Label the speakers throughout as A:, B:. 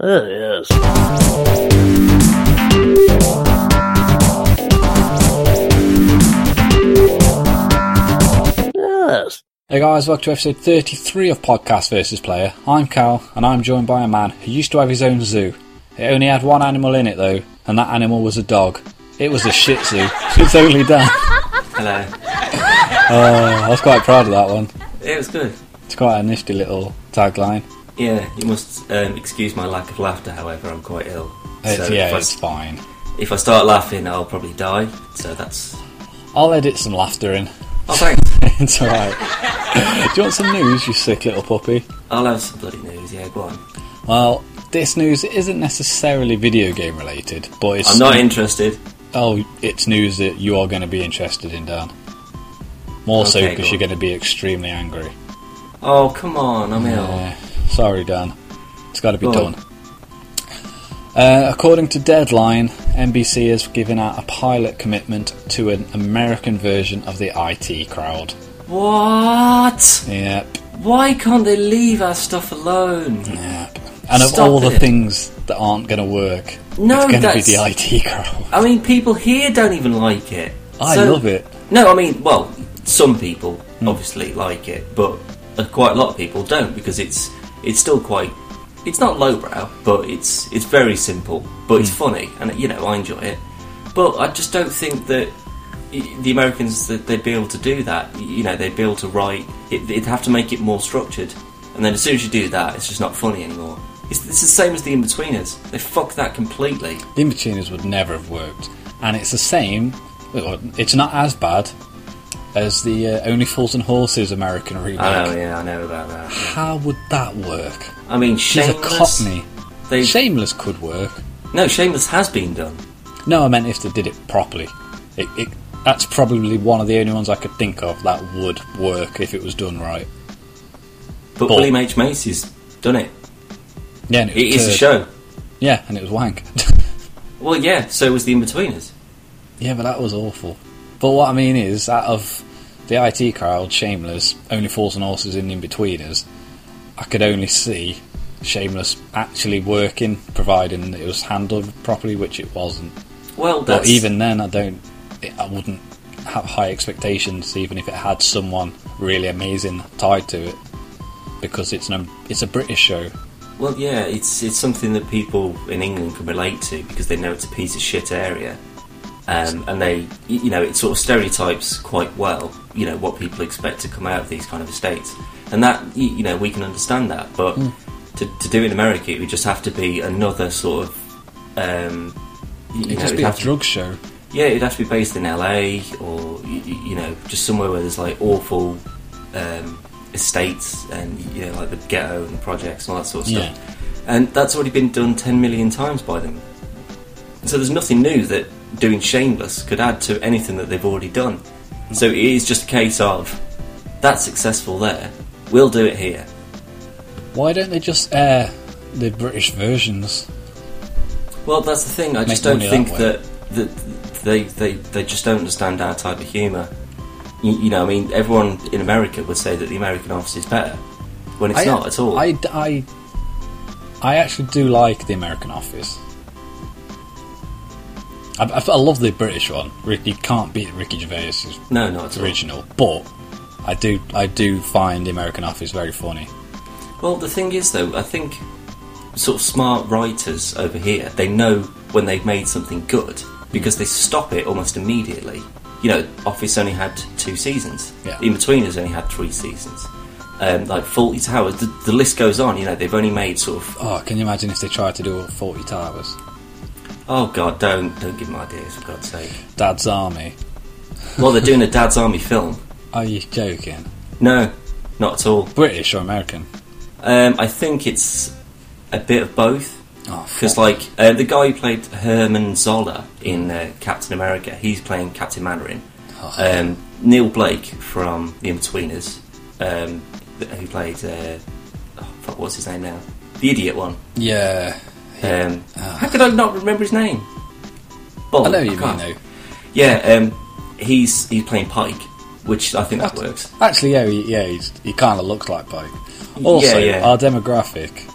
A: It is. Yes.
B: Hey guys, welcome to episode 33 of Podcast versus Player. I'm Cal, and I'm joined by a man who used to have his own zoo. It only had one animal in it though, and that animal was a dog. It was a Shih Tzu. It's only Dan.
C: Hello.
B: I was quite proud of that one.
C: It was good.
B: It's quite a nifty little tagline.
C: Yeah, you must um, excuse my lack of laughter, however, I'm quite ill.
B: It's,
C: so if,
B: Uh, yeah,
C: I,
B: it's fine.
C: if I start laughing, I'll probably die. So that's.
B: I'll edit some laughter in.
C: Oh, thanks.
B: it's alright. Do you want some news, you sick little puppy?
C: I'll have some bloody news, yeah, go on.
B: Well, this news isn't necessarily video game related, but it's
C: I'm not interested.
B: Oh, it's news that you are going to be interested in, Dan. More so so
C: Okay,
B: because
C: go
B: you're
C: on.
B: going to be extremely angry.
C: Oh, come on, I'm ill.
B: Yeah. Sorry, Dan. It's got to be
C: Go on.
B: done. Uh, according to Deadline, NBC has given out a pilot commitment to an American version of the IT crowd.
C: What?
B: Yep,
C: Why can't they leave our stuff alone?
B: yep. And of
C: Stop
B: all the
C: it.
B: things that aren't going to work,
C: No,
B: it's going to be
C: that's-
B: the IT crowd.
C: I mean, people here don't even like it.
B: I
C: So-
B: love it.
C: No, I mean, well, some people obviously like it, but uh, quite a lot of people don't because it's it's still quite. It's not lowbrow, but it's it's very simple, but it's funny, and you know I enjoy it. But I just don't think that y- the Americans that they'd be able to do that. Y- You know, they'd be able to write. It, they'd have to make it more structured, and then as soon as you do that, it's just not funny anymore. It's, it's the same as the Inbetweeners. They fucked that completely.
B: The Inbetweeners would never have worked. And it's the same, well, it's not as bad as the uh, Only Fools and Horses American remake.
C: I know, Oh, yeah, I know about that.
B: How would that work?
C: I mean,
B: She's a
C: shameless.
B: cockney.
C: They,
B: Shameless could work.
C: No, Shameless has been done.
B: No, I meant if they did it properly. It, it, that's probably one of the only ones I could think of that would work if it was done right.
C: But
B: But-
C: William H. Macy's done it.
B: Yeah, and it,
C: It
B: was
C: is
B: turd.
C: a show.
B: Yeah, and it was wank.
C: Well, yeah, so was The Inbetweeners.
B: yeah, but that was awful. But what I mean is, out of the IT crowd, Shameless, Only Fools and Horses and Inbetweeners, I could only see Shameless actually working, providing that it was handled properly, which it wasn't.
C: Well,
B: But
C: that's,
B: even then, I don't. It, I wouldn't have high expectations, even if it had someone really amazing tied to it, because it's an it's a British show.
C: Well, yeah, it's it's something that people in England can relate to because they know it's a piece of shit area, um, and they, y- you know, it sort of stereotypes quite well. You know what people expect to come out of these kind of estates, and that y- you know we can understand that. But
B: Hmm.
C: to, to do it in America, it would just have to be another sort of. Um, y- you
B: It'd
C: know,
B: just
C: it'd
B: be a
C: have to-
B: drug show.
C: Yeah, it'd have to be based in LA or y- y- you know just somewhere where there's like awful um, estates and you know like the ghetto and the projects and all that sort of stuff.
B: Yeah.
C: And that's already been done ten million times by them. So there's nothing new that doing Shameless could add to anything that they've already done. So it is just a case of that's successful there. We'll do it here.
B: Why don't they just air the British versions?
C: Well, that's the thing. I just
B: Make
C: don't
B: money
C: think
B: that
C: that, that they, they they just don't understand our type of humour. You, you know, I mean, everyone in America would say that the American office is better when it's
B: I,
C: not at all.
B: I, I, I actually do like the American Office. I, I, I love the British one. Rick- You can't beat Ricky Gervais's
C: no, not at all.
B: original, but I do I do find the American Office very funny.
C: Well, the thing is, though, I think sort of smart writers over here they know when they've made something good because they stop it almost immediately. You know, Office only had two seasons.
B: Yeah.
C: In between, has only had three seasons. Um, like Faulty Towers, the, the list goes on. You know, they've only made sort of
B: Oh, can you imagine if they tried to do all 40 towers?
C: Oh God, don't don't give me ideas for God's sake.
B: Dad's Army.
C: Well, they're doing a Dad's Army film.
B: Are you joking?
C: No, not at all.
B: British or American?
C: Um, I think it's a bit of both
B: Oh,
C: because, like, uh, the guy who played Herman Zola in uh, Captain America, he's playing Captain Mandarin.
B: Oh.
C: Um, Neil Blake from The Inbetweeners, um, th- who played uh, oh, fuck, what's his name now? The idiot one.
B: yeah.
C: Um, How could I not remember his name?
B: I
C: Bollocks,
B: know what you mean
C: can't.
B: though.
C: Yeah, um, he's he's playing Pike, which I think that works.
B: Actually, yeah, he, yeah, he's, he kind of looks like Pike. Also,
C: yeah.
B: our demographic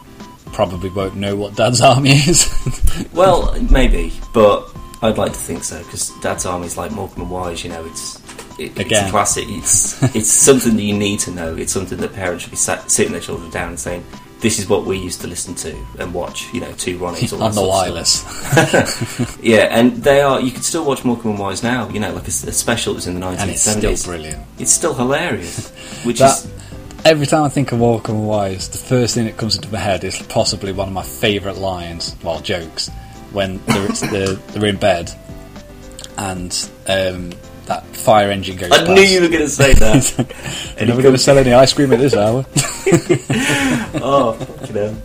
B: probably won't know what Dad's Army is.
C: Well, maybe, but I'd like to think so because Dad's Army's like Morecambe and Wise. You know, it's it, it's a
B: Again.
C: classic. It's it's something that you need to know. It's something that parents should be sat, sitting their children down and saying, "This is what we used to listen to and watch." You know, two Ronnies all that
B: on the
C: sort of stuff.
B: wireless.
C: Yeah, and they are. You can still watch Morecambe and Wise now. You know, like a, s- a special that was in the nineteen
B: And it's still
C: seventies.
B: brilliant.
C: It's still hilarious, which is
B: That, every time I think of Walk and Wise, the first thing that comes into my head is possibly one of my favourite lines, well, jokes, when they're, it's- they're, they're in bed and um, that fire engine goes
C: I
B: past.
C: knew you were going to say that.
B: You're
C: and
B: never
C: it
B: going to
C: comes,
B: sell any ice cream at this hour.
C: oh, fucking hell.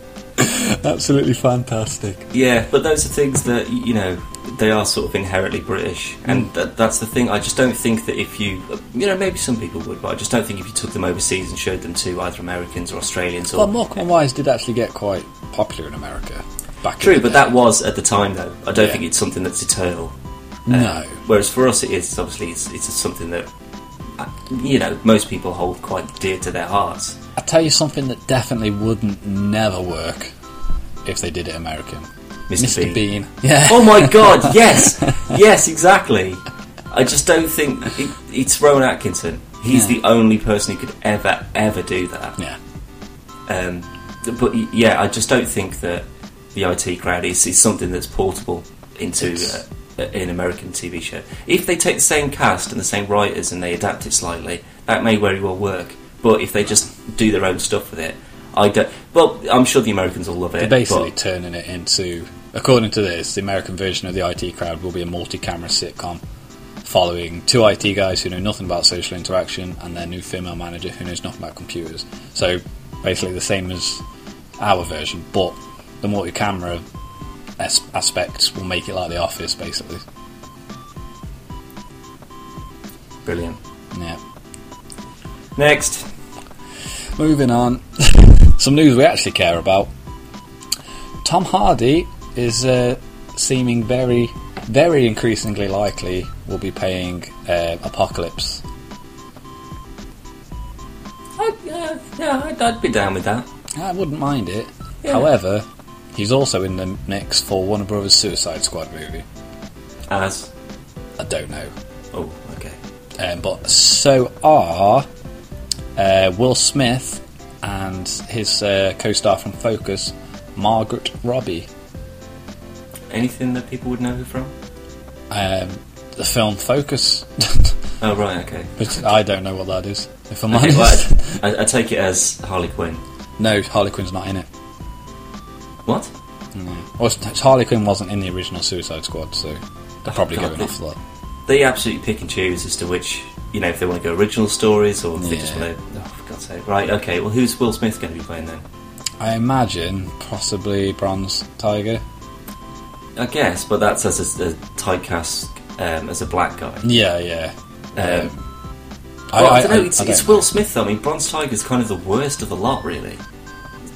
B: Absolutely fantastic.
C: Yeah, but those are things that y- you know they are sort of inherently British,
B: Mm.
C: and that, that's the thing. I just don't think that if you, you know, maybe some people would, but I just don't think if you took them overseas and showed them to either Americans or Australians or
B: Well, Morecambe and Wise did actually get quite popular in America back
C: true,
B: in the
C: but that was at the time though. I don't
B: Yeah.
C: think it's something that's eternal.
B: day.
C: Uh,
B: No.
C: Whereas for us, it is it's obviously it's, it's something that uh, you know most people hold quite dear to their hearts.
B: I'll tell you something that definitely wouldn't never work if they did it American.
C: Mr.
B: Mr.
C: Bean.
B: Bean. Yeah.
C: Oh my god, yes, yes, exactly. I just don't think it, it's Rowan Atkinson. He's
B: Yeah.
C: the only person who could ever, ever do that.
B: Yeah.
C: Um, but y- yeah, I just don't think that the IT crowd is, is something that's portable into
B: It's-
C: uh, an American TV show. If they take the same cast and the same writers and they adapt it slightly, that may very well work. But if they just do their own stuff with it, I don't. Well, I'm sure the Americans will love it.
B: They're basically
C: but-
B: turning it into, according to this, the American version of the IT Crowd will be a multi-camera sitcom following two IT guys who know nothing about social interaction and their new female manager who knows nothing about computers. So basically the same as our version, but the multi-camera as- aspects will make it like The Office, basically.
C: brilliant.
B: Yeah.
C: Next.
B: Moving on, some news we actually care about. Tom Hardy is uh, seeming very, very increasingly likely will be paying uh, Apocalypse.
C: I'd, yeah, yeah, I'd, I'd be down with that.
B: I wouldn't mind it.
C: Yeah.
B: However, he's also in the mix for Warner Brothers Suicide Squad movie.
C: As
B: I don't know,
C: oh, okay,
B: um, but so are uh, Will Smith and his uh, co-star from Focus, Margaret Robbie.
C: anything that people would know who from?
B: Um, the film Focus.
C: Oh right, okay.
B: But I don't know what that is, if I'm
C: Okay,
B: honest.
C: well, I, I, I take it as Harley Quinn.
B: No, Harley Quinn's not in it.
C: What?
B: Well, it's- Harley Quinn wasn't in the original Suicide Squad, so they're probably
C: God,
B: going
C: they-
B: off that.
C: They absolutely pick and choose as to which you know if they want to go original stories or if they just
B: Yeah.
C: want to. Oh, for God's sake! Right, okay. Well, who's Will Smith going to be playing then?
B: I imagine possibly Bronze Tiger.
C: I guess, but that's as a, a typecast um, as a black guy.
B: Yeah, yeah.
C: Um,
B: I,
C: well, I,
B: I-
C: don't know.
B: I-
C: It's,
B: I don't
C: it's
B: know.
C: Will Smith, though. I mean, Bronze Tiger's kind of the worst of the lot, really,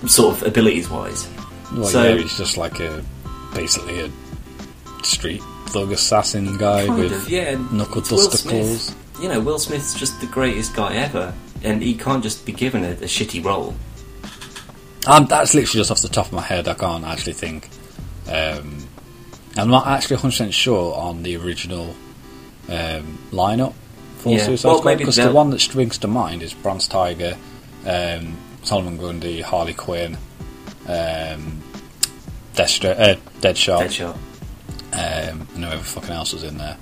C: sort of abilities-wise.
B: Well,
C: so-
B: yeah, he's just like a basically a street thug assassin guy
C: Kind
B: with
C: of, yeah.
B: knuckle
C: It's Will
B: duster
C: Smith.
B: claws.
C: You know, Will Smith's just the greatest guy ever, and he can't just be given a, a shitty role.
B: Um, that's literally just off the top of my head. I can't actually think. Um, I'm not actually 100 percent sure on the original um, lineup for
C: Yeah.
B: Suicide
C: Well,
B: Squad
C: maybe
B: because
C: they'll-
B: the one that springs to mind is Bronze Tiger, um, Solomon Grundy, Harley Quinn, um, Destro, uh, Deadshot,
C: Deadshot.
B: um, and whoever fucking else was in there.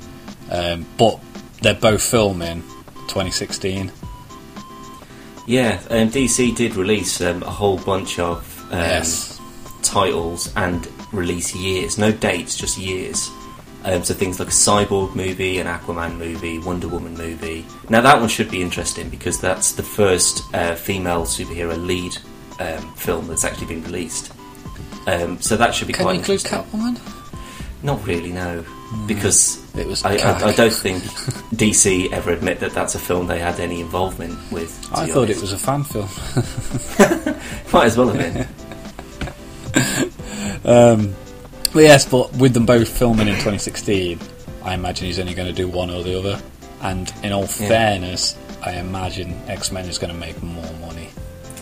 B: Um, but they're both filming 2016.
C: Yeah, um, DC did release um, a whole bunch of um,
B: yes,
C: titles and release years. No dates, just years. Um, so things like a Cyborg movie, an Aquaman movie, Wonder Woman movie. Now that one should be interesting because that's the first uh, female superhero lead um, film that's actually been released. Um, so that should be
B: can you
C: quite
B: include
C: interesting.
B: Catwoman?
C: Not really, no, because
B: It was
C: I,
B: cack.
C: I, I don't think DC ever admit that that's a film they had any involvement with. to
B: I
C: be
B: thought it
C: honest.
B: was a fan film.
C: might as well have been.
B: Well, yes, but with them both filming in 2016, I imagine he's only going to do one or the other. And in all
C: Yeah.
B: fairness, I imagine X Men is going to make more money.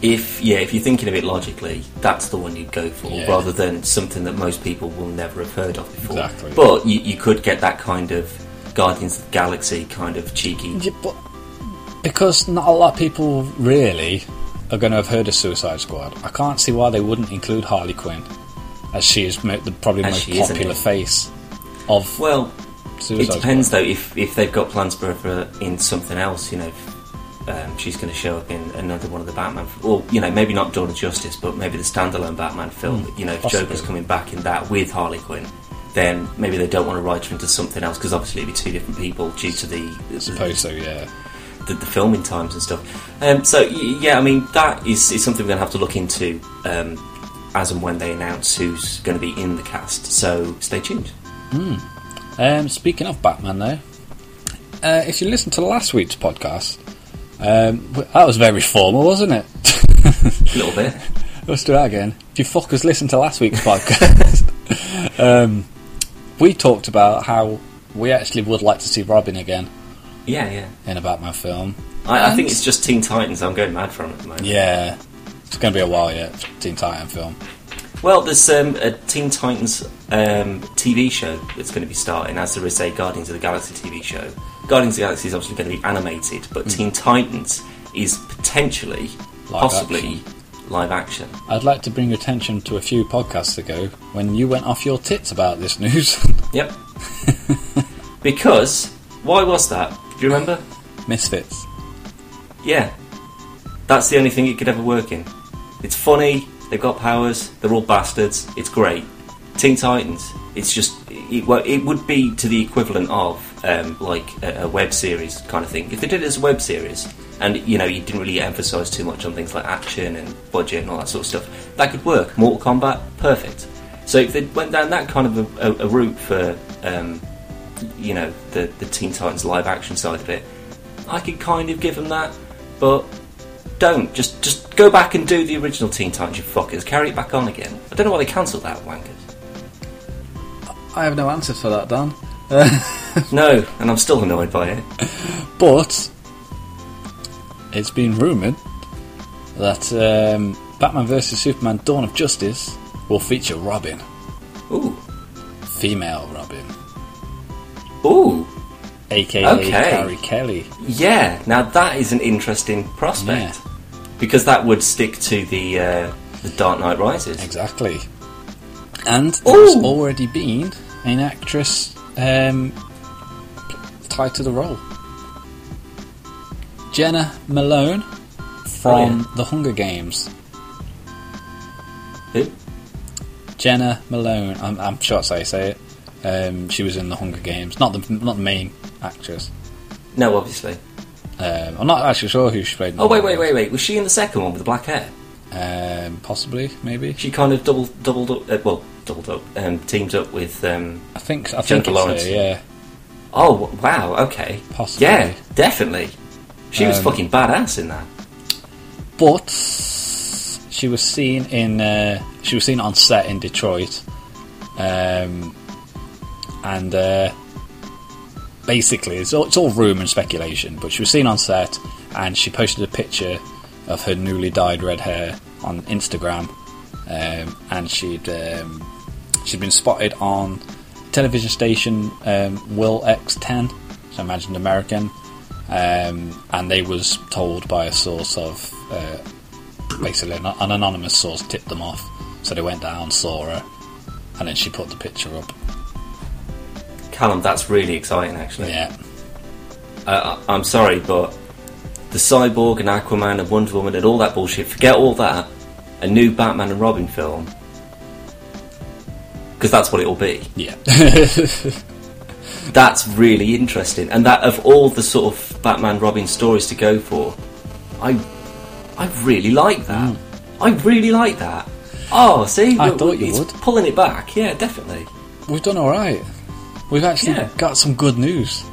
C: if yeah, if you're thinking of it logically, that's the one you'd go for
B: Yeah.
C: rather than something that most people will never have heard of before.
B: Exactly.
C: But you, you could get that kind of Guardians of the Galaxy kind of cheeky.
B: Yeah, but because not a lot of people really are going to have heard of Suicide Squad, I can't see why they wouldn't include Harley Quinn, as she is mo- the probably
C: As
B: most
C: she is, isn't
B: popular
C: it?
B: face of
C: Well,
B: Suicide
C: it depends
B: Squad.
C: though if, if they've got plans for her in something else. You know, if, um, she's going to show up in another one of the Batman, or you know, maybe not Dawn of Justice, but maybe the standalone Batman film. you know, if
B: possibly.
C: Joker's coming back in that with Harley Quinn. Then maybe they don't want to write her into something else because obviously it'd be two different people due to the,
B: I suppose so, yeah.
C: the, the filming times and stuff. Um, so y- yeah, I mean that is, is something we're going to have to look into um, as and when they announce who's going to be in the cast. So stay tuned.
B: Um, speaking of Batman, though, uh, if you listen to last week's podcast, um, w- that was very formal, wasn't it?
C: A little bit.
B: Let's do that again. If you fuckers listen to last week's podcast, um, we talked about how we actually would like to see Robin again
C: Yeah, yeah.
B: in a Batman film.
C: I, I think
B: And-
C: it's just Teen Titans. I'm going mad from at the moment.
B: Yeah, it's going to be a while yet. for Teen Titan film.
C: Well, there's um, a Teen Titans um, TV show that's going to be starting, as there is a Guardians of the Galaxy TV show. Guardians of the Galaxy is obviously going to be animated,
B: Hmm.
C: but Teen Titans is potentially, possibly, live action.
B: I'd like to bring your attention to a few podcasts ago when you went off your tits about this news.
C: Yep. because why was that? Do you remember?
B: Misfits.
C: Yeah. That's the only thing it could ever work in. It's funny, they've got powers, they're all bastards, it's great. Teen Titans, it's just, it, well, it would be to the equivalent of um, like a, a web series kind of thing. If they did it as a web series, and you know, you didn't really emphasise too much on things like action and budget and all that sort of stuff, that could work. Mortal Kombat, perfect. So if they went down that kind of a, a, a route for, um, you know, the, the Teen Titans live action side of it, I could kind of give them that, but don't. Just just go back and do the original Teen Titans, you fuckers. Carry it back on again. I don't know why they cancelled that, wankers.
B: I have no answers for that, Dan.
C: No, and I'm still annoyed by it.
B: But it's been rumoured that um, Batman vs Superman: Dawn of Justice will feature Robin,
C: Ooh.
B: female Robin,
C: Ooh.
B: aka
C: Okay.
B: Carrie Kelly.
C: Yeah, now that is an interesting prospect. Because that would stick to the, uh, the Dark Knight Rises.
B: Exactly. And there's
C: Ooh.
B: already been an actress um, tied to the role. Jenna Malone
C: Oh,
B: from The Hunger Games.
C: Who?
B: Jenna Malone. I'm, I'm sure that's how you say it. Um, she was in The Hunger Games. Not the not the main actress.
C: No, obviously.
B: Um, I'm not actually sure who she played. In
C: Oh,
B: The
C: wait, wait,
B: Hunger
C: wait, wait. Was she in the second one with the black hair?
B: Games. Um, possibly, maybe.
C: She kind of double, doubled up, uh, well, doubled up, um, teamed up with. Um,
B: I think. I think it's
C: Jennifer
B: her,
C: Lawrence.
B: yeah,
C: oh, wow, okay.
B: possibly.
C: Yeah, definitely. She was
B: Um,
C: fucking badass in that.
B: but she was seen in uh, she was seen on set in Detroit, um, and uh, basically it's all, it's all rumor and speculation. But she was seen on set, and she posted a picture of her newly dyed red hair on Instagram, um, and she'd um, she'd been spotted on television station um, Will X10, so I imagine American, um, and they was told by a source of uh, basically an, an anonymous source tipped them off, so they went down, saw her, and then she put the picture up.
C: Callum, that's really exciting, actually.
B: Yeah,
C: I, I, I'm sorry, but the Cyborg and Aquaman and Wonder Woman and all that bullshit, forget all that. A new Batman and Robin film. Because that's what it'll be.
B: yeah,
C: That's really interesting. And that, of all the sort of Batman Robin stories to go for, I, I really like that. I really like that. Oh, see?
B: Hmm. I
C: w-
B: thought you
C: it's
B: would.
C: Pulling it back, yeah, definitely.
B: we've done all right. We've actually
C: Yeah.
B: got some good news.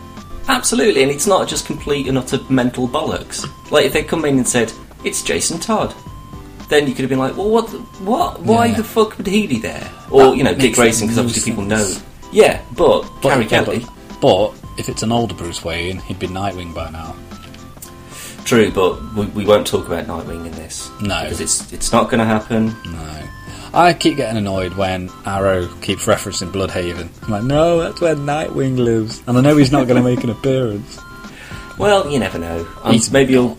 C: Absolutely, and it's not just complete and utter mental bollocks. Like if they come in and said it's Jason Todd, then you could have been like, well, what, the- what, why
B: Yeah.
C: the fuck would he be there? Or
B: That
C: you know, Dick
B: makes
C: Grayson, because
B: no
C: obviously people know.
B: sense.
C: Yeah, but, Carrie
B: yeah,
C: Kelly,
B: but, but if it's an older Bruce Wayne, he'd be Nightwing by now.
C: true, but we, we won't talk about Nightwing in this.
B: No. Mm-hmm.
C: because it's it's not going to happen.
B: No. I keep getting annoyed when Arrow keeps referencing Bloodhaven. I'm like, no, that's where Nightwing lives. And I know he's not going to make an appearance.
C: Well, you never know. Um,
B: He's
C: maybe
B: not.
C: he'll,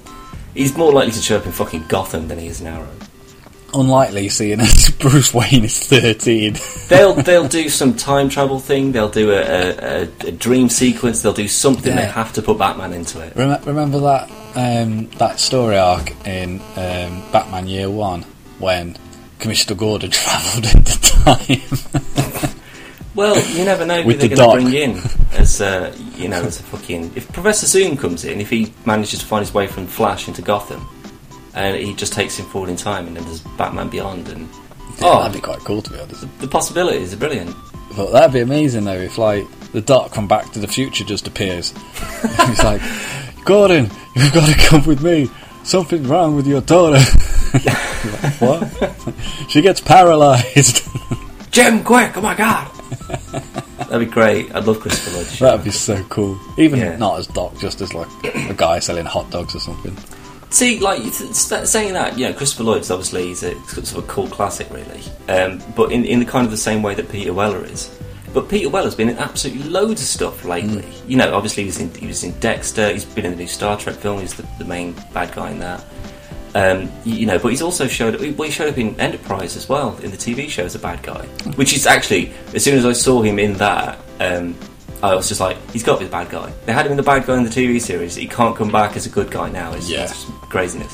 C: he's more likely to show up in fucking Gotham than he is in Arrow.
B: Unlikely, seeing as Bruce Wayne is 13.
C: They'll they'll do some time travel thing. They'll do a, a, a, a dream sequence. They'll do something. They
B: Yeah.
C: have to put Batman into it.
B: Rem- remember that um, that story arc in um, Batman Year One when Commissioner Gordon travelled into time?
C: Well, you never know who
B: With
C: they're
B: the
C: going
B: doc.
C: to bring in as uh, you know as a fucking. If Professor Zoom comes in, if he manages to find his way from Flash into Gotham, and he just takes him forward in time, and then there's Batman Beyond, and oh,
B: that'd be quite cool to be honest.
C: the possibilities are brilliant.
B: But that'd be amazing though if like the Dark from Back to the Future just appears. He's like, Gordon, you've got to come with me. Something's wrong with your daughter. Like, what? she gets paralysed.
C: Jim, quick! Oh my god, that'd be great. I'd love Christopher Lloyd. to show
B: That'd be so cool. Even
C: Yeah.
B: not as Doc, just as like a guy selling hot dogs or something.
C: See, like it's- it's that- saying that, you know, Christopher Lloyd's obviously is a sort of a cool classic, really. Um, but in in the kind of the same way that Peter Weller is. But Peter Weller's been in absolutely loads of stuff lately. You know, obviously he was in he was in Dexter. He's been in the new Star Trek film. He's the, the main bad guy in that. Um, you, you know, but he's also showed up. Well, he showed up in Enterprise as well in the TV show as a bad guy, which is actually as soon as I saw him in that, um, I was just like, he's got to be the bad guy. They had him in the bad guy in the TV series. He can't come back as a good guy now. It's,
B: Yeah.
C: it's craziness.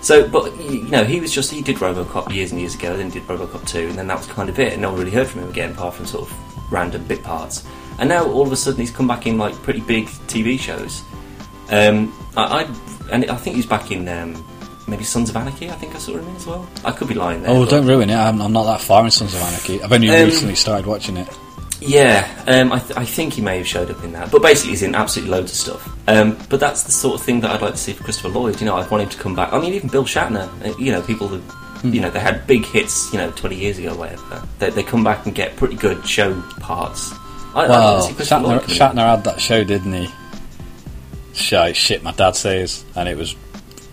C: So, but y- you know, he was just he did RoboCop years and years ago. Then he did RoboCop two, and then that was kind of it. And no one really heard from him again, apart from sort of random bit parts. And now all of a sudden he's come back in like pretty big TV shows. Um, I, I and I think he's back in um, maybe Sons of Anarchy. I think I saw him in as well. I could be lying there.
B: Oh,
C: but-
B: don't ruin it. I'm, I'm not that far in Sons of Anarchy. I've only
C: Um,
B: recently started watching it.
C: Yeah, um, I, th- I think he may have showed up in that, but basically he's in absolutely loads of stuff. Um, but that's the sort of thing that I'd like to see for Christopher Lloyd. You know, I'd want him to come back. I mean, even Bill Shatner. uh, You know, people that
B: Hmm.
C: you know they had big hits. You know, twenty years ago, or whatever. They, they come back and get pretty good show parts. I, I'd like
B: Well,
C: to see Christopher
B: Shatner,
C: Lloyd come in.
B: Shatner had that show, didn't he? Shite, shit, my dad says, and it was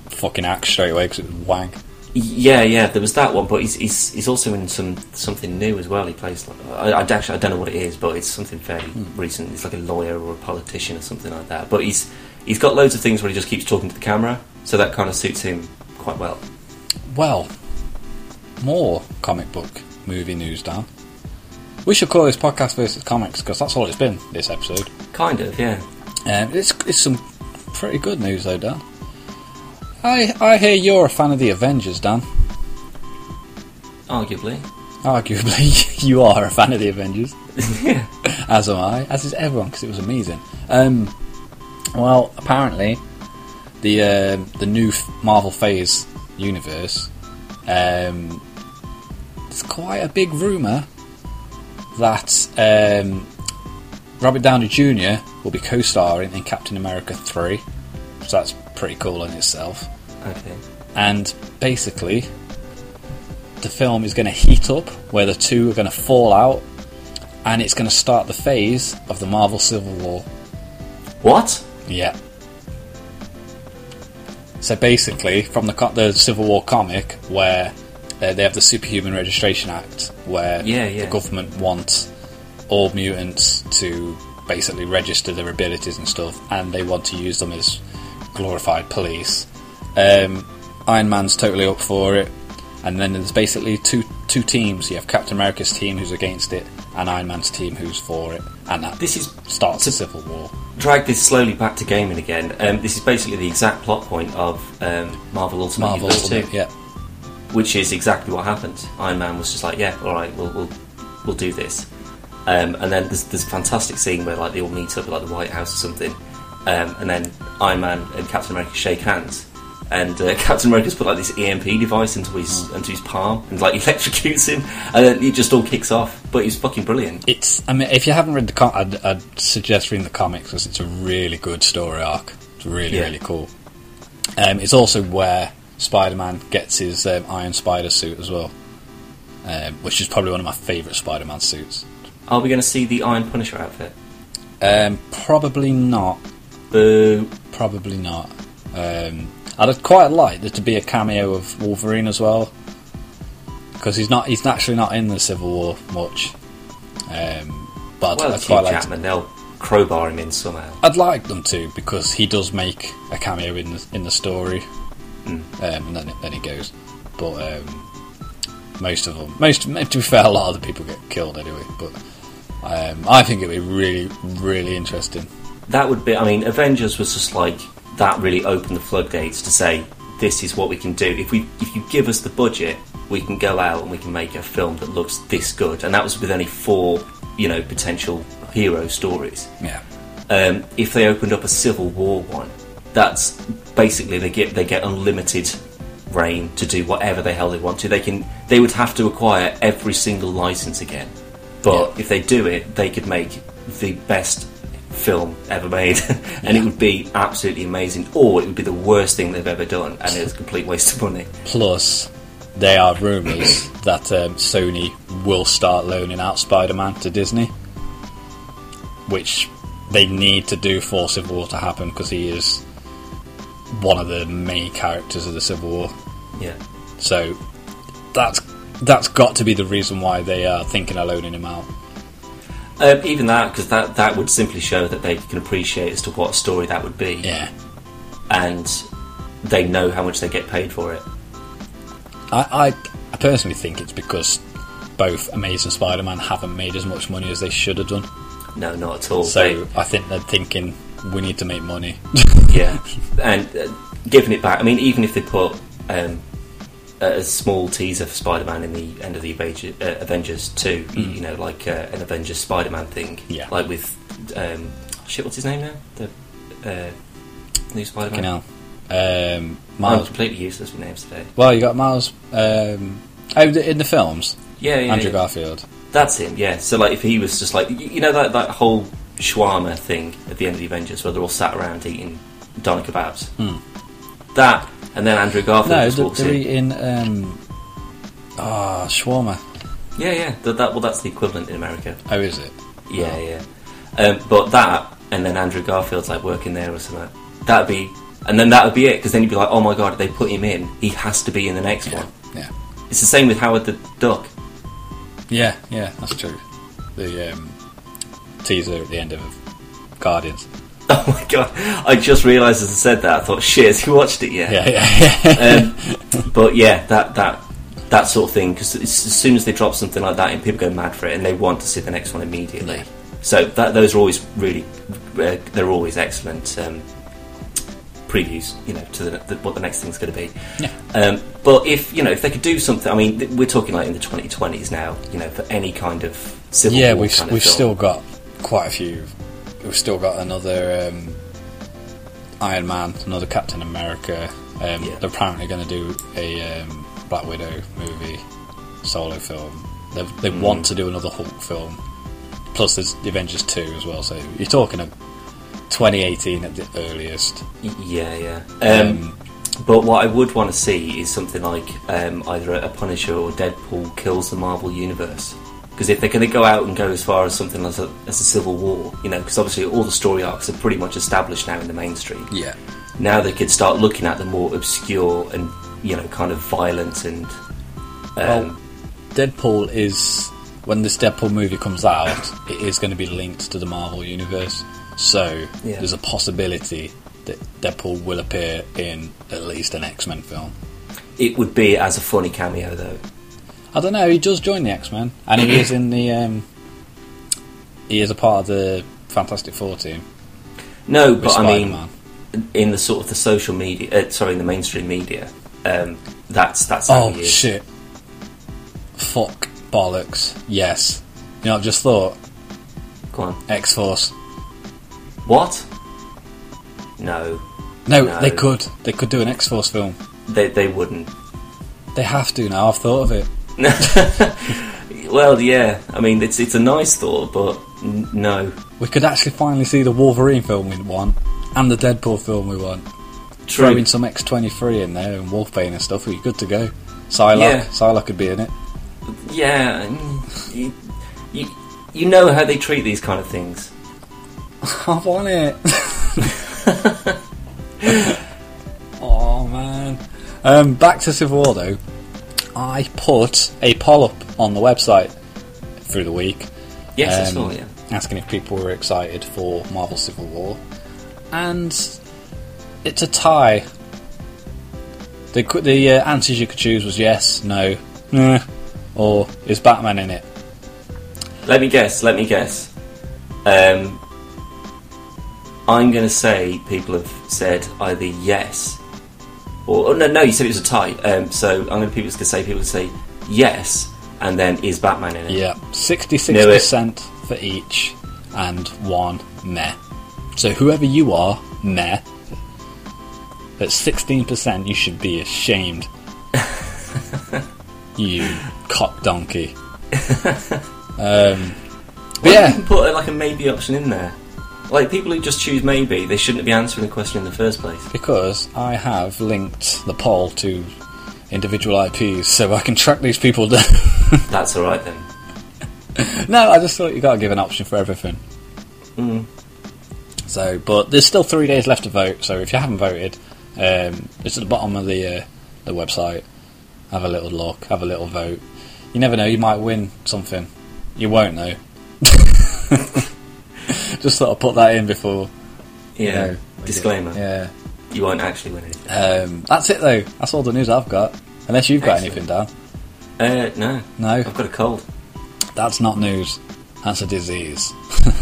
B: fucking axe straight away because it was wank.
C: Yeah, yeah, there was that one, but he's he's, he's also in some something new as well. He plays like I, I actually I don't know what it is, but it's something fairly recent. He's like a lawyer or a politician or something like that. But he's he's got loads of things where he just keeps talking to the camera, so that kind of suits him quite well.
B: Well, more comic book movie news, Dan. We should call this podcast versus comics because that's all it's been this episode.
C: Kind of, yeah.
B: Um, it's it's some pretty good news though, Dan. I I hear you're a fan of the Avengers, Dan.
C: Arguably,
B: Arguably, you are a fan of the Avengers.
C: yeah.
B: as am I, as is everyone, because it was amazing. Um, well, apparently, the um the new f- Marvel Phase universe, um, there's quite a big rumor that um, Robert Downey Jr. will be co-starring in Captain America three, so that's pretty cool in itself.
C: Okay.
B: And basically, the film is going to heat up where the two are going to fall out, and it's going to start the phase of the Marvel Civil War.
C: What?
B: Yeah. So basically, from the co- the Civil War comic, where uh, they have the Superhuman Registration Act, where
C: Yeah, yeah.
B: the government wants all mutants to basically register their abilities and stuff, and they want to use them as glorified police. Um, Iron Man's totally up for it, and then there's basically two two teams. You have Captain America's team who's against it, and Iron Man's team who's for it, and that
C: This is
B: starts the Civil War.
C: drag this slowly back to gaming again. Um, this is basically the exact plot point of um, Marvel Ultimate
B: Marvel,
C: Universe 2.
B: yeah.
C: which is exactly what happened. Iron Man was just like, yeah, all right, we'll we'll, we'll do this. Um, and then there's, there's a fantastic scene where like they all meet up at like the White House or something, um, and then Iron Man and Captain America shake hands, and uh, Captain America's put like this EMP device into his
B: Mm.
C: into his palm and like electrocutes him, and then it just all kicks off. But he's fucking brilliant.
B: It's. I mean, if you haven't read the com, I'd, I'd suggest reading the comics because it's a really good story arc. It's really
C: Yeah.
B: really cool. Um, it's also where Spider-Man gets his um, Iron Spider suit as well, um, which is probably one of my favourite Spider-Man suits.
C: Are we going to see the Iron Punisher outfit?
B: Um, probably not.
C: Boo!
B: Probably not. Um, I'd quite like there to be a cameo of Wolverine as well, because he's not he's actually not in the Civil War much. Um, but
C: Well,
B: I'd, I'd
C: Hugh
B: quite like to,
C: Jackman, they'll crowbar him in somehow.
B: I'd like them to because he does make a cameo in the in the story, um, and then it- then he goes. But um, most of them, most to be fair, a lot of the people get killed anyway. But um, I think it'd be really really interesting.
C: That would be. I mean, Avengers was just like that. Really opened the floodgates to say this is what we can do. If we, if you give us the budget, we can go out and we can make a film that looks this good. And that was with only four, you know, potential hero stories.
B: Yeah,
C: um, if they opened up a Civil War one, that's basically they get they get unlimited reign to do whatever the hell they want to. They can they would have to acquire every single license again, but if they do it, they could make the best film ever made, and it would be absolutely amazing. Or it would be the worst thing they've ever done, and it's a complete waste of money.
B: Plus, there are rumours that um, Sony will start loaning out Spider Man to Disney, which they need to do for Civil War to happen because he is one of the main characters of the Civil War.
C: Yeah,
B: So that's that's got to be the reason why they are thinking of loaning him out.
C: um, even that because that that would simply show that they can appreciate as to what story that would be.
B: Yeah,
C: and they know how much they get paid for it.
B: I, I, I personally think it's because both Amazing Spider Man haven't made as much money as they should have done.
C: No, not at all.
B: So I think they're thinking we need to make money.
C: They- yeah, and uh, giving it back. I mean, even if they put um, a a small teaser for Spider-Man in the end of the Avenger, uh, Avengers Two, y- you know, like uh, an Avengers Spider-Man thing,
B: Hmm. Yeah.
C: like with um, shit. What's his name now? The uh, new Spider-Man.
B: Fucking hell. Um,
C: I'm
B: Miles.
C: completely useless with names today.
B: Well, you got Miles. Um, oh, th- in the films,
C: Yeah, yeah,
B: Andrew
C: yeah.
B: Garfield.
C: That's him. Yeah. So like, if he was just like, y- you know, that that whole shawarma thing at the end of the Avengers, where they're all sat around eating doner kebabs. That, and then Andrew Garfield
B: Hmm. No,
C: just
B: th-
C: walks
B: they're
C: in.
B: eating. Um, ah, shawarma.
C: Yeah, yeah. That, that well, that's the equivalent in America.
B: Oh, is it?
C: Yeah,
B: Oh.
C: yeah. Um, but that, and then Andrew Garfield's like working there or something. That'd be, and then that would be it. Because then you'd be like, oh my god, they put him in. He has to be in the next one.
B: Yeah,
C: It's the same with Howard the Duck.
B: yeah, yeah. That's true. The um, teaser at the end of Guardians.
C: Oh my god! I just realised as I said that. I thought, shit, has he watched it yet?
B: Yeah, yeah, yeah.
C: um, but yeah, that that that sort of thing. Because as soon as they drop something like that, and people go mad for it, and they want to see the next one immediately.
B: Yeah.
C: So that, those are always really, uh, they're always excellent um, previews. You know, to the, the, what the next thing's going to be.
B: Yeah.
C: Um, but if you know, if they could do something, I mean, th- we're talking like in the 2020s now. You know, for any kind of civil
B: yeah
C: war
B: we've
C: kind of
B: we've
C: film.
B: still got quite a few. We've still got another um, Iron Man, another Captain America. Um,
C: Yeah.
B: They're apparently going to do a um, Black Widow movie, solo film. They, they want to do another Hulk film. Plus, there's the Avengers two as well. So you're talking of 2018 at the earliest.
C: Y- Yeah, yeah. Um, but what I would want to see is something like um, either a Punisher or Deadpool kills the Marvel Universe. Because if they're going to go out and go as far as something as a, as a Civil War, you know, because obviously all the story arcs are pretty much established now in the mainstream.
B: Yeah,
C: Now they could start looking at the more obscure and you know kind of violent and um,
B: Well- Deadpool is when this Deadpool movie comes out, it is going to be linked to the Marvel universe. So
C: Yeah.
B: there's a possibility that Deadpool will appear in at least an X Men film.
C: it would be as a funny cameo though.
B: I don't know. He does join the X Men, and he is in the. Um, he is a part of the Fantastic Four team.
C: No,
B: With
C: but I
B: Spider
C: mean,
B: Man.
C: in the sort of the social media, uh, sorry, in the mainstream media, um, that's that's how
B: Oh
C: he is.
B: shit! Fuck bollocks! Yes, you know I've just thought
C: Go on.
B: X Force.
C: What? No,
B: No,
C: No.
B: they could. They could do an X Force film.
C: they they wouldn't.
B: They have to now. I've thought of it.
C: Well, yeah. I mean, it's it's a nice thought, but n- no.
B: We could actually finally see the Wolverine film we want and the Deadpool film we want. Throw in
C: True.
B: some X23 in there and Wolfbane and stuff. We're good to go. Psylocke.
C: Yeah.
B: Psylocke could be in it.
C: Yeah. mm, You, you you know how they treat these kind of things.
B: I want it. oh, Um, back to Civil War though. I put a poll up on the website through the week
C: Yes,
B: um,
C: I saw. Yeah,
B: asking if people were excited for Marvel Civil War, and it's a tie. The qu- the uh, answers you could choose was yes, no, nah, or is Batman in it?
C: let me guess. Let me guess. Um, I'm going to say people have said either yes or oh, no, no. You said it was a tie. Um, so I'm going to people going to say people say yes, and then is Batman in it?
B: Yeah, sixty six percent for each, and one meh. So whoever you are, meh. At sixteen percent, you should be ashamed. you cock donkey. um, but
C: Why yeah. you
B: yeah,
C: can put uh, like a maybe option in there? Like people who just choose maybe, they shouldn't be answering the question in the first place.
B: because I have linked the poll to individual IPs, so I can track these people down.
C: That's all right then.
B: No, I just thought you got to give an option for everything.
C: Mm.
B: So, but there's still three days left to vote. So if you haven't voted, um, it's at the bottom of the uh, the website. Have a little look. Have a little vote. You never know. You might win something. You won't though. just thought I'd put that in before. you
C: Yeah.
B: know, we
C: Disclaimer:
B: do- Yeah.
C: you won't actually win anything.
B: Um, that's it though. That's all the news I've got. Unless you've got
C: Excellent.
B: anything, Dan.
C: Uh, no,
B: No,
C: I've got a cold.
B: that's not news. That's a disease.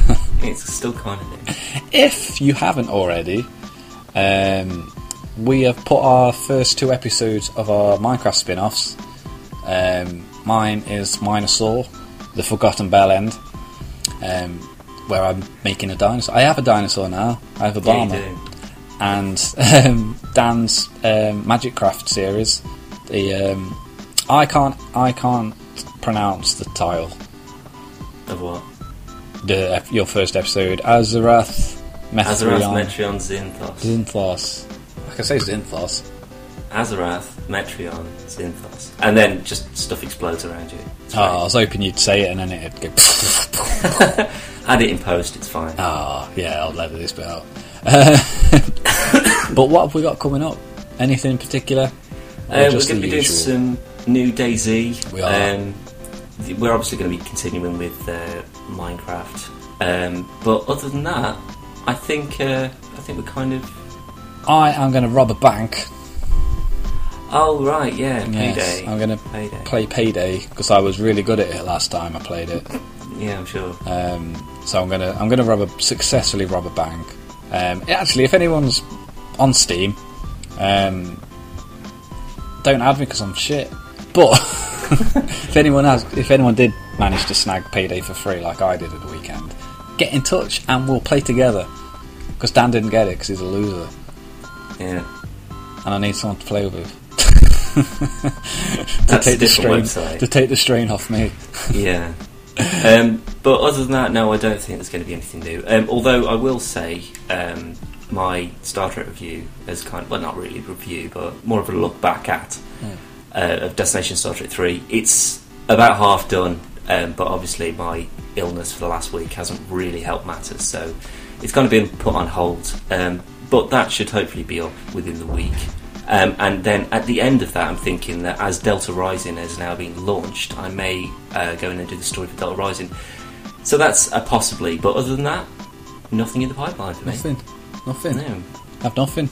C: It's still kind of new.
B: If you haven't already, um, we have put our first two episodes of our Minecraft spin offs. Um, mine is Minosaur, The Forgotten Bell End, um, where I'm making a dinosaur. I have a dinosaur now, I have a
C: Yeah, you
B: bomber.
C: do.
B: and um, Dan's um, Magic Craft series. The um, I can't I can't pronounce the title.
C: Of what?
B: The, your first episode, Azarath
C: Azarath,
B: Methryon.
C: Metreon, Zinthos.
B: Zinthos. I can say Zinthos.
C: Azarath, Metreon, Zinthos. And then just stuff explodes around you. It's
B: Oh, I was hoping you'd say it and then it'd go.
C: fine. Add it in post, it's fine.
B: Ah, yeah, I'll let this bit out. but what have we got coming up? Anything in particular? Or
C: Uh, we're
B: just
C: going
B: the
C: to be doing
B: usual?
C: some new DayZ.
B: We are.
C: Um, th- we're obviously going to be continuing with uh, Minecraft. Um, but other than that, I think uh, I think we're kind of.
B: I am going to rob a bank.
C: Oh right, yeah,
B: Yes, Oh,
C: payday.
B: I'm going to
C: Payday.
B: play Payday because I was really good at it last time I played it.
C: yeah, I'm sure.
B: Um, so I'm gonna I'm gonna rob a successfully rob a bank. Um, actually, if anyone's on Steam, um, don't add me because I'm shit. But if anyone has, if anyone did manage to snag payday for free like I did at the weekend, get in touch and we'll play together. Because Dan didn't get it because he's a loser,
C: Yeah,
B: and I need someone to play with to
C: that's a
B: take the strain
C: different website.
B: to take the strain off me.
C: yeah. Um, but other than that, no, I don't think there's going to be anything new. Um, although I will say, um, my Star Trek review is kind of, well, not really a review, but more of a look back at uh, of Destination Star Trek 3. It's about half done, um, but obviously my illness for the last week hasn't really helped matters, so it's kind of been put on hold. Um, but that should hopefully be up within the week. Um, and then at the end of that, I'm thinking that as Delta Rising has now been launched, I may uh, go in and do the story for Delta Rising. So that's a possibly, but other than that, nothing in the pipeline for me.
B: Nothing, nothing.
C: No.
B: Have nothing.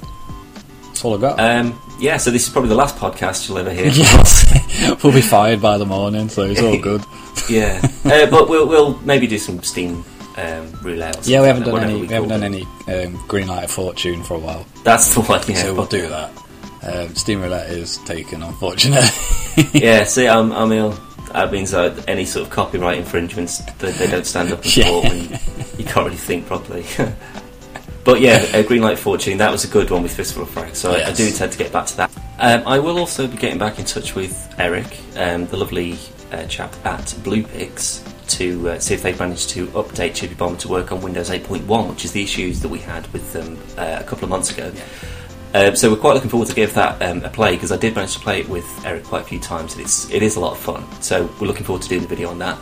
B: That's all I got.
C: Um, yeah, so this is probably the last podcast you'll ever hear. from us.
B: Yes, we'll be fired by the morning, so it's all good.
C: yeah, uh, but we'll, we'll maybe do some Steam um, roulette. or
B: Yeah, we
C: something,
B: haven't done
C: whatever
B: any.
C: we
B: We haven't
C: call
B: done any um, Green Light of Fortune for a while,
C: it. That's the one. Yeah,
B: so we'll do that. Um, Steam Roulette is taken, unfortunately.
C: yeah. See, I'm, I'm ill. That means that any sort of copyright infringements they, they don't stand up and
B: Yeah.
C: talk, and you can't really think properly. but yeah, uh, Greenlight Fortune. That was a good one with Fistful of Frags. So I- I
B: Yes.
C: do intend to get back to that. Um, I will also be getting back in touch with Eric, um, the lovely uh, chap at Blue Pix, to uh, see if they've managed to update Chippy Bomber to work on Windows 8.1, which is the issues that we had with them uh, a couple of months ago. Um, so we're quite looking forward to give that um, a play because I did manage to play it with Eric quite a few times and it's it is a lot of fun. So we're looking forward to doing the video on that.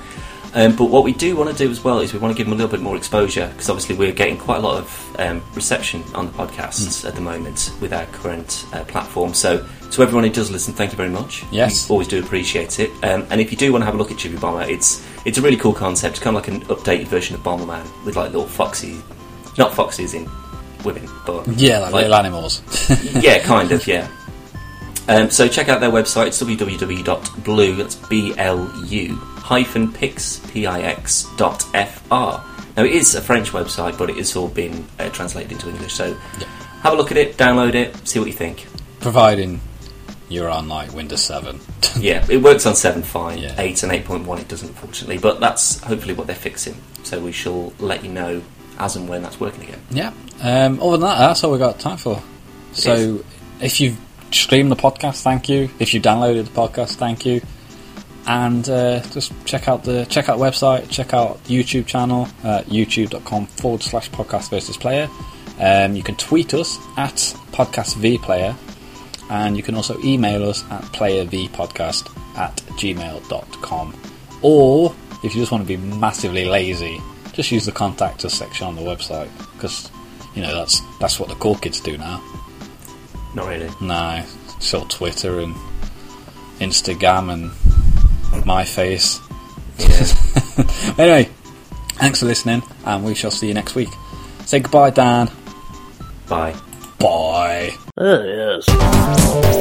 C: Um, but what we do want to do as well is we want to give them a little bit more exposure because obviously we're getting quite a lot of um, reception on the
B: Hmm.
C: podcasts at the moment with our current uh, platform. So to everyone who does listen, thank you very much.
B: Yes.
C: we always do appreciate it. Um, and if you do want to have a look at Chibi Bomber, it's it's a really cool concept, kind of like an updated version of Bomberman with like little foxy, not foxes in women, but
B: Yeah, like, little animals.
C: yeah, kind of, yeah. Um, so check out their website, it's www.blue, that's B-L-U, hyphen pix, P-I-X, dot F-R. Now, it is a French website, but it has all been uh, translated into English, so
B: Yeah.
C: have a look at it, download it, see what you think.
B: Providing you're on like Windows 7.
C: Yeah, it works on 7 fine,
B: Yeah.
C: 8 and 8.1 it doesn't, unfortunately, but that's hopefully what they're fixing, so we shall let you know as and when that's working again.
B: yeah. Um, other than that, that's all we got time for. So if you've streamed the podcast, thank you. If you downloaded the podcast, thank you. And uh, just check out the check out the website, check out the YouTube channel, uh, youtube.com forward slash podcast versus player. Um, you can tweet us at podcast v player, and you can also email us at playervpodcast at gmail.com. Or if you just want to be massively lazy, just use the contact us section on the website because you know that's that's what the cool kids do now.
C: Not really.
B: No, still Twitter and Instagram and my face. anyway, thanks for listening, and we shall see you next week. Say goodbye, Dan.
C: Bye.
B: Bye.
A: Oh, yes.